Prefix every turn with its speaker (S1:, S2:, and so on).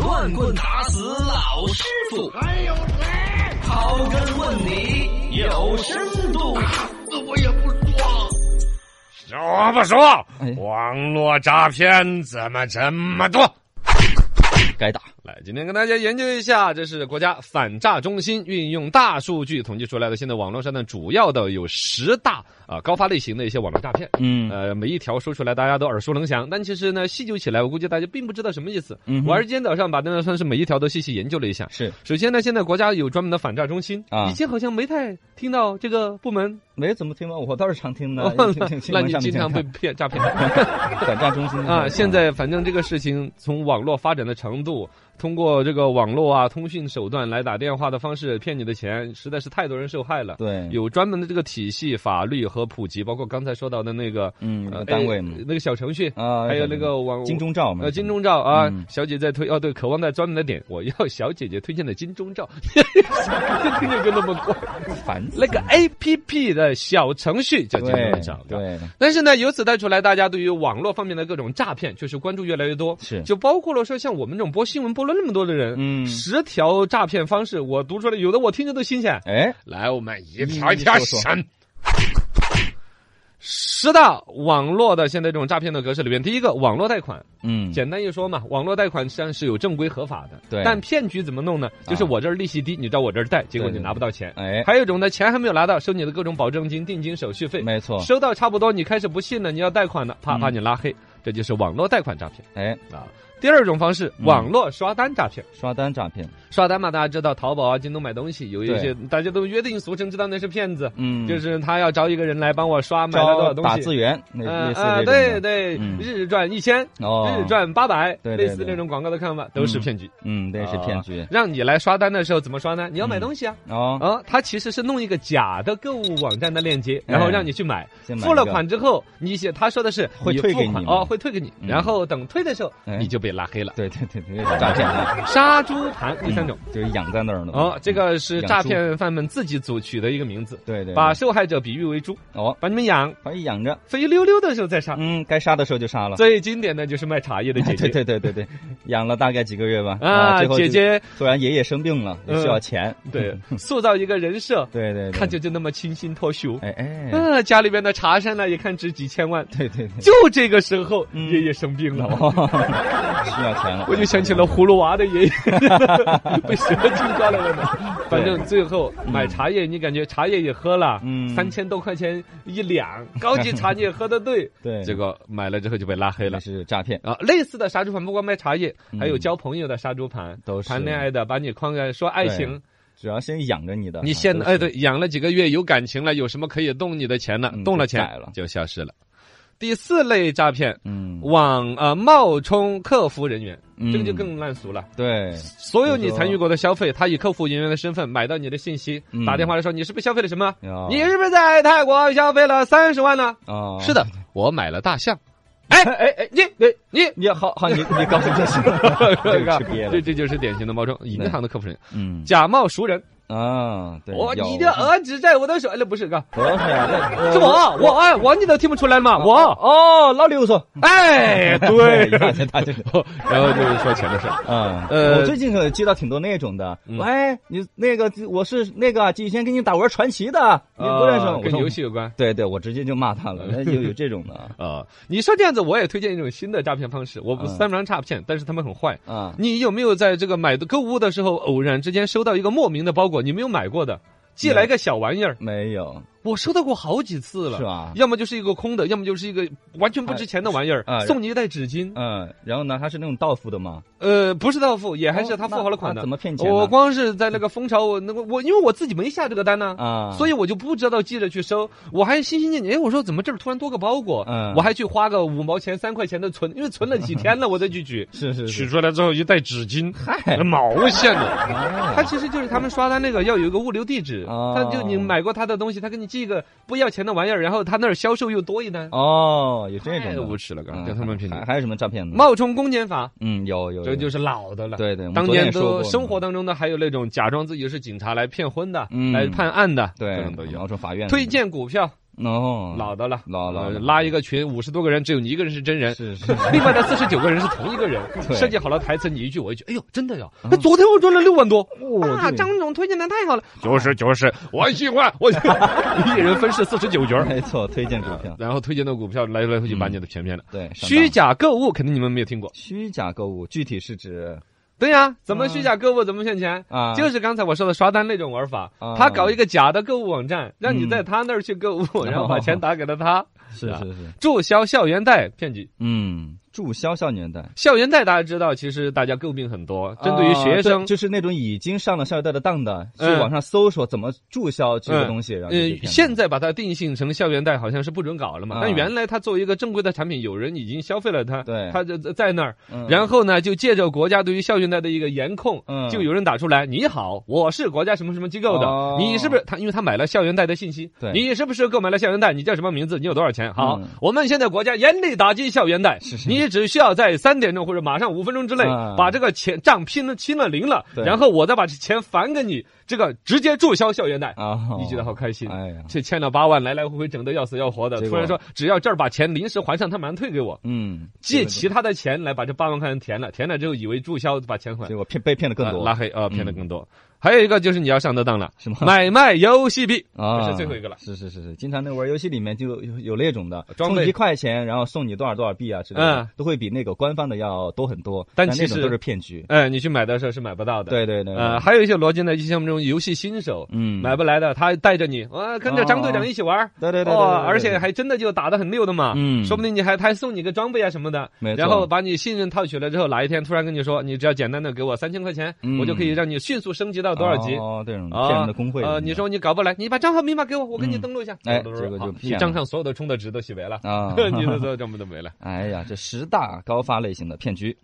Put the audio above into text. S1: 乱棍打死老师傅，
S2: 还有谁？
S1: 刨根问底有深度。
S2: 那我也不说。
S3: 说不说
S4: 哎？
S3: 网络诈骗怎么这么多？
S4: 该打。
S3: 来，今天跟大家研究一下，这是国家反诈中心运用大数据统计出来的。现在网络上呢，主要的有十大啊、高发类型的一些网络诈骗。
S4: 嗯
S3: 呃，每一条说出来大家都耳熟能详，但其实呢，细究起来，我估计大家并不知道什么意思。
S4: 嗯哼
S3: 我还是今天早上把那个算是每一条都细细研究了一下。
S4: 是
S3: 首先呢，现在国家有专门的反诈中心，
S4: 啊
S3: 以前好像没太听到这个部门，。
S4: 没怎么听过，我倒是常听的
S3: 哦那你经常被骗诈骗。
S4: 转账中心
S3: 啊，现在反正这个事情从网络发展的程度，通过这个网络啊通讯手段来打电话的方式骗你的钱，实在是太多人受害了。
S4: 对
S3: 有专门的这个体系、法律和普及，包括刚才说到的那个
S4: 嗯
S3: 呃
S4: 单位
S3: 哎
S4: 嘛
S3: 那个小程序
S4: 啊
S3: 还有那
S4: 小程
S3: 个网
S4: 金钟罩嘛
S3: 呃，金钟罩啊，
S4: 嗯
S3: 小姐在推哦，对，渴望在专门的点，我要小姐姐推荐的金钟罩， 听着就那么怪。
S4: 烦死
S3: 那个 A P P 的小程序叫金
S4: 对
S3: 钟罩，
S4: 对，
S3: 但是呢，由此带出来，大家对于网络方面的各种诈骗，确实关注越来越多。
S4: 是
S3: 就包括了说像我们这种播新闻播了那么多的人，
S4: 嗯
S3: 十条诈骗方式，我读出来，有的我听着都新鲜。
S4: 哎，
S3: 来，我们一
S4: 条一条一一嗯说说
S3: 审。十大网络的现在这种诈骗的格式里边，第一个网络贷款，
S4: 嗯，
S3: 简单一说嘛，网络贷款实际上是有正规合法的，
S4: 对啊
S3: 但骗局怎么弄呢？就是我这儿利息低，你到我这儿贷，结果
S4: 对
S3: 你
S4: 对
S3: 拿不到钱。
S4: 哎，
S3: 还有一种呢，钱还没有拿到，收你的各种保证金、定金、手续费。
S4: 没错，
S3: 收到差不多，你开始不信了，你要贷款了，啪
S4: 嗯
S3: 把你拉黑，这就是网络贷款诈骗
S4: 哎，
S3: 啊。第二种方式，
S4: 嗯
S3: 网络刷单诈骗。
S4: 刷单诈骗，
S3: 刷单嘛，大家知道，淘宝啊、京东买东西，有一
S4: 对
S3: 些大家都约定俗成，知道那是骗子，
S4: 嗯，
S3: 就是他要找一个人来帮我刷买了多
S4: 招
S3: 少东西。
S4: 打字员，那
S3: 呃
S4: 类似
S3: 啊，
S4: 这种
S3: 对
S4: 的，
S3: 对，
S4: 嗯
S3: 日赚一千，
S4: 哦，
S3: 日，赚八百，
S4: 对对
S3: 类似
S4: 对
S3: 那种广告的看法都是
S4: 嗯
S3: 骗局，
S4: 嗯，对，是骗局
S3: 啊。让你来刷单的时候怎么刷呢？你要买东西啊，
S4: 哦，
S3: 啊，他其实是弄一个假的购物网站的链接，然后
S4: 哎
S3: 让你去买，
S4: 先买
S3: 付了
S4: 一个
S3: 款之后，你写他说的是
S4: 会退
S3: 付
S4: 给
S3: 款
S4: 你
S3: 哦，
S4: 吗
S3: 会退给你，
S4: 嗯
S3: 然后等退的时候
S4: 哎
S3: 你就被拉黑了。
S4: 对对对对，也是诈骗啊，
S3: 杀猪盘第三种
S4: 就是养在那儿了嘛
S3: 哦，这个是
S4: 嗯养
S3: 诈
S4: 猪
S3: 骗犯们自己组取的一个名字，
S4: 对对，
S3: 把
S4: 对
S3: 受害者比喻为猪，
S4: 哦，
S3: 把你们养
S4: 反正养着，
S3: 肥溜溜的时候再杀。
S4: 嗯，该杀的时候就杀了。
S3: 最经典的就是卖茶叶的姐
S4: 对
S3: 姐
S4: 对对对对，养了大概几个月吧。
S3: 啊
S4: 最，后就
S3: 姐 姐
S4: 突然爷爷生病了，也需要钱。
S3: 对塑造一个人设，
S4: 对对，对
S3: 看着就那么清新脱俗。
S4: 哎哎，
S3: 嗯，家里边的茶山呢，一看值几千万，
S4: 对对 对，
S3: 就这个时候
S4: 嗯
S3: 爷爷生病了。
S4: 哦 需要钱了。
S3: 我就想起了葫芦娃的爷 爷被蛇精抓来了呢。 反正最后买茶叶，你感觉茶叶也喝了，
S4: 嗯，
S3: 三千多块钱一两，高级茶你也喝得对
S4: 对
S3: 结果买了之后就被拉黑了
S4: 那。是诈骗，
S3: 啊，类似的杀猪盘，不光卖茶叶，还有
S4: 嗯
S3: 交朋友的杀猪盘，
S4: 都是
S3: 谈恋爱的，把你框在说爱情，
S4: 主要先养着你的。
S3: 你
S4: 啊
S3: 现
S4: 都
S3: 哎
S4: 是
S3: 对，养了几个月，有感情了，有什么可以动你的钱了，
S4: 嗯
S3: 动了
S4: 就
S3: 钱
S4: 宰了
S3: 就消失了。第四类诈骗，
S4: 嗯
S3: 网呃冒充客服人员，
S4: 嗯
S3: 这个就更烂俗了。
S4: 对，
S3: 所有你参与过的消费，他以客服人员的身份买到你的信息，
S4: 嗯
S3: 打电话来说你是不是消费了什么？
S4: 哦
S3: 你是不是在泰国消费了三十万呢？
S4: 哦，
S3: 是，的，我买了大象。哎哎哎，你你你。
S4: 你好好你你告诉就行了，这个吃瘪
S3: 这
S4: 了。
S3: 这就是典型的冒充银行的客服人员，
S4: 嗯
S3: 假冒熟人。
S4: 啊，对，
S3: 我
S4: 有
S3: 你的儿子在我的手，哎，那不是哥，
S4: 不是那呃
S3: 是我我哎我你都听不出来吗？我
S4: 哦，老刘说，
S3: 哎 对，
S4: 一看就他就
S3: 然后就是说钱的事儿。
S4: 嗯，
S3: 呃嗯
S4: 我最近可接到挺多那种的，喂，你那个我是那个以前跟你打玩传奇的，你不认识
S3: 啊
S4: 我？
S3: 跟
S4: 我说嗯
S3: 游戏有关。
S4: 对对，我直接就 骂他了，那有有这种的
S3: 啊、你说这样子，我也推荐一种新的诈骗方式。我不
S4: 嗯
S3: 三不上诈骗，但是他们很坏。
S4: 啊，
S3: 你有没有在这个买的购物的时候，偶然之间收到一个莫名的包裹，你没有买过的，寄来个小玩意儿？
S4: 没有
S3: 我收到过好几次了，
S4: 是？吧？
S3: 要么就是一个空的，要么就是一个完全不值钱的玩意儿，
S4: 啊
S3: 送你一袋纸巾。
S4: 嗯，然后呢，他是那种到付的吗？
S3: 呃，不是到付，也还是
S4: 哦
S3: 他付
S4: 那
S3: 好了款
S4: 那
S3: 的。
S4: 怎么骗钱呢
S3: 我光是在那个蜂巢，我那个我，因为我自己没下这个单呢、
S4: 啊，
S3: 所以我就不知道记着去收，我还心心念念，哎，我说怎么这儿突然多个包裹？
S4: 嗯
S3: 我还去花个五毛钱、三块钱的存，因为存了几天了，我再去取。
S4: 是 是
S3: 取
S4: 是，
S3: 出来之后一袋纸巾，
S4: 嗨
S3: 毛线的。
S4: 哎
S3: 他其实就是他们刷单那个要有一个物流地址，
S4: 哦
S3: 他就你买过他的东西，他给你寄一个不要钱的玩意儿，然后他那儿销售又多一单，
S4: 哦，有这种
S3: 太
S4: 的
S3: 哎无耻了，哥，
S4: 嗯
S3: 叫他们 骗你
S4: 还。还有什么诈骗的？
S3: 冒充公检法，
S4: 嗯，有有，
S3: 这就是是老的了。
S4: 对对我们
S3: 当
S4: 昨天
S3: 年
S4: 也说
S3: 都
S4: 过
S3: 生活当中呢，还有那种假装自己是警察来骗婚的，
S4: 嗯
S3: 来判案的，各
S4: 对
S3: 种都，有
S4: 然。后说法院
S3: 推荐股票，
S4: 哦，
S3: 老的了，
S4: 老老
S3: 呃
S4: 了
S3: 拉一个群五十多个人，只有你一个人是真人，
S4: 是是
S3: 另外的四十九个人是同一个人，
S4: 对嗯
S3: 设计好了台词，你一句我一句，哎呦，真的呀！那昨天我赚了六万多，
S4: 哦
S3: 啊，
S4: 对
S3: 张总推荐的太好了，就是就是，我喜欢，我 一人分饰四十九角儿，
S4: 没错，推荐股票，
S3: 然后推荐的股票来来回去把你的全骗了。
S4: 对，上
S3: 虚
S4: 当嗯
S3: 假购物肯定你们没有听过，
S4: 虚假购物具体是指
S3: 对呀、怎么虚假购物怎么骗钱
S4: 啊
S3: 就是刚才我说的刷单那种玩法
S4: 啊，
S3: 他搞一个假的购物网站，让你
S4: 嗯
S3: 在他那儿去购物， 然后把钱打给了他，
S4: 是
S3: 啊
S4: 是是，
S3: 注销校园贷骗局。
S4: 嗯，注销校年代。
S3: 校园贷大家知道，其实大家诟病很多，针对于学生
S4: 啊对。就是那种已经上了校园贷的当的，去
S3: 嗯
S4: 网上搜索怎么注销这个
S3: 嗯
S4: 东西，然后就被
S3: 呃
S4: 骗，了
S3: 现在把它定性成校园贷，好像是不准搞了嘛。
S4: 啊
S3: 但原来它作为一个正规的产品，有人已经消费了它，
S4: 对
S3: 它就在那儿。
S4: 嗯
S3: 然后呢，就借着国家对于校园贷的一个严控，
S4: 嗯
S3: 就有人打出来：“你好，我是国家什么什么机构的，
S4: 哦
S3: 你是不是他？因为他买了校园贷的信息，
S4: 对
S3: 你是不是购买了校园贷？你叫什么名字？你有多少钱？好，
S4: 嗯
S3: 我们现在国家严厉打击校园贷，你只需要在三点钟或者马上五分钟之内
S4: 啊
S3: 把这个钱账拼了清了零了，
S4: 对
S3: 然后我再把这钱返给你，这个直接注销校园贷。”
S4: 啊，
S3: 你觉得好开心？
S4: 哎呀，
S3: 这欠了八万，来来回回整的要死要活的
S4: 结，
S3: 突
S4: 果
S3: 然说只要这儿把钱临时还上，他马上退给我，
S4: 嗯，
S3: 借
S4: 结
S3: 其他的钱来把这八万块钱填了，填了之后以为注销把钱还
S4: 果，结果骗被骗的更
S3: 呃
S4: 多嗯
S3: 拉黑啊，骗的更多。还有一个就是你要上得当了，
S4: 是吗
S3: 买卖游戏币，
S4: 啊，
S3: 这是最后一个了。
S4: 是是是是，经常那玩游戏里面就有有那种的，
S3: 装
S4: 充
S3: 备
S4: 一块钱，然后送你多少多少币啊之类的，
S3: 嗯
S4: 都会比那个官方的要多很多，
S3: 但
S4: 但
S3: 其
S4: 那种
S3: 实
S4: 都是骗局。
S3: 哎，你去买的时候是买不到的。。
S4: 对对对，
S3: 呃，还有一些逻辑呢，就像我们这种游戏新手，
S4: 嗯哦
S3: 买不来的，他带着你，啊，跟着张队长一起玩儿，
S4: 对对对对对
S3: 哇
S4: 对对
S3: 而且还真的就打得很溜的嘛，
S4: 嗯
S3: 说不定你还他还送你个装备啊什么的，
S4: 没错
S3: 然后把你信任套取了之后，哪一天突然跟你说，你只要简单的给我三千块钱，
S4: 嗯
S3: 我就可以让你迅速升级到多少级。
S4: 哦，这种
S3: 啊
S4: 骗人的工会
S3: 呃，你说你搞不来，你把账号密码给我，我给你
S4: 嗯
S3: 登录一下。
S4: 哎
S3: 登录
S4: 结果就
S3: 好
S4: 骗
S3: 嗯你
S4: 了
S3: 账上所有 的充的值都洗没了，
S4: 啊
S3: 你的所有账目都没了。
S4: 哎呀，这十大高发类型的骗局。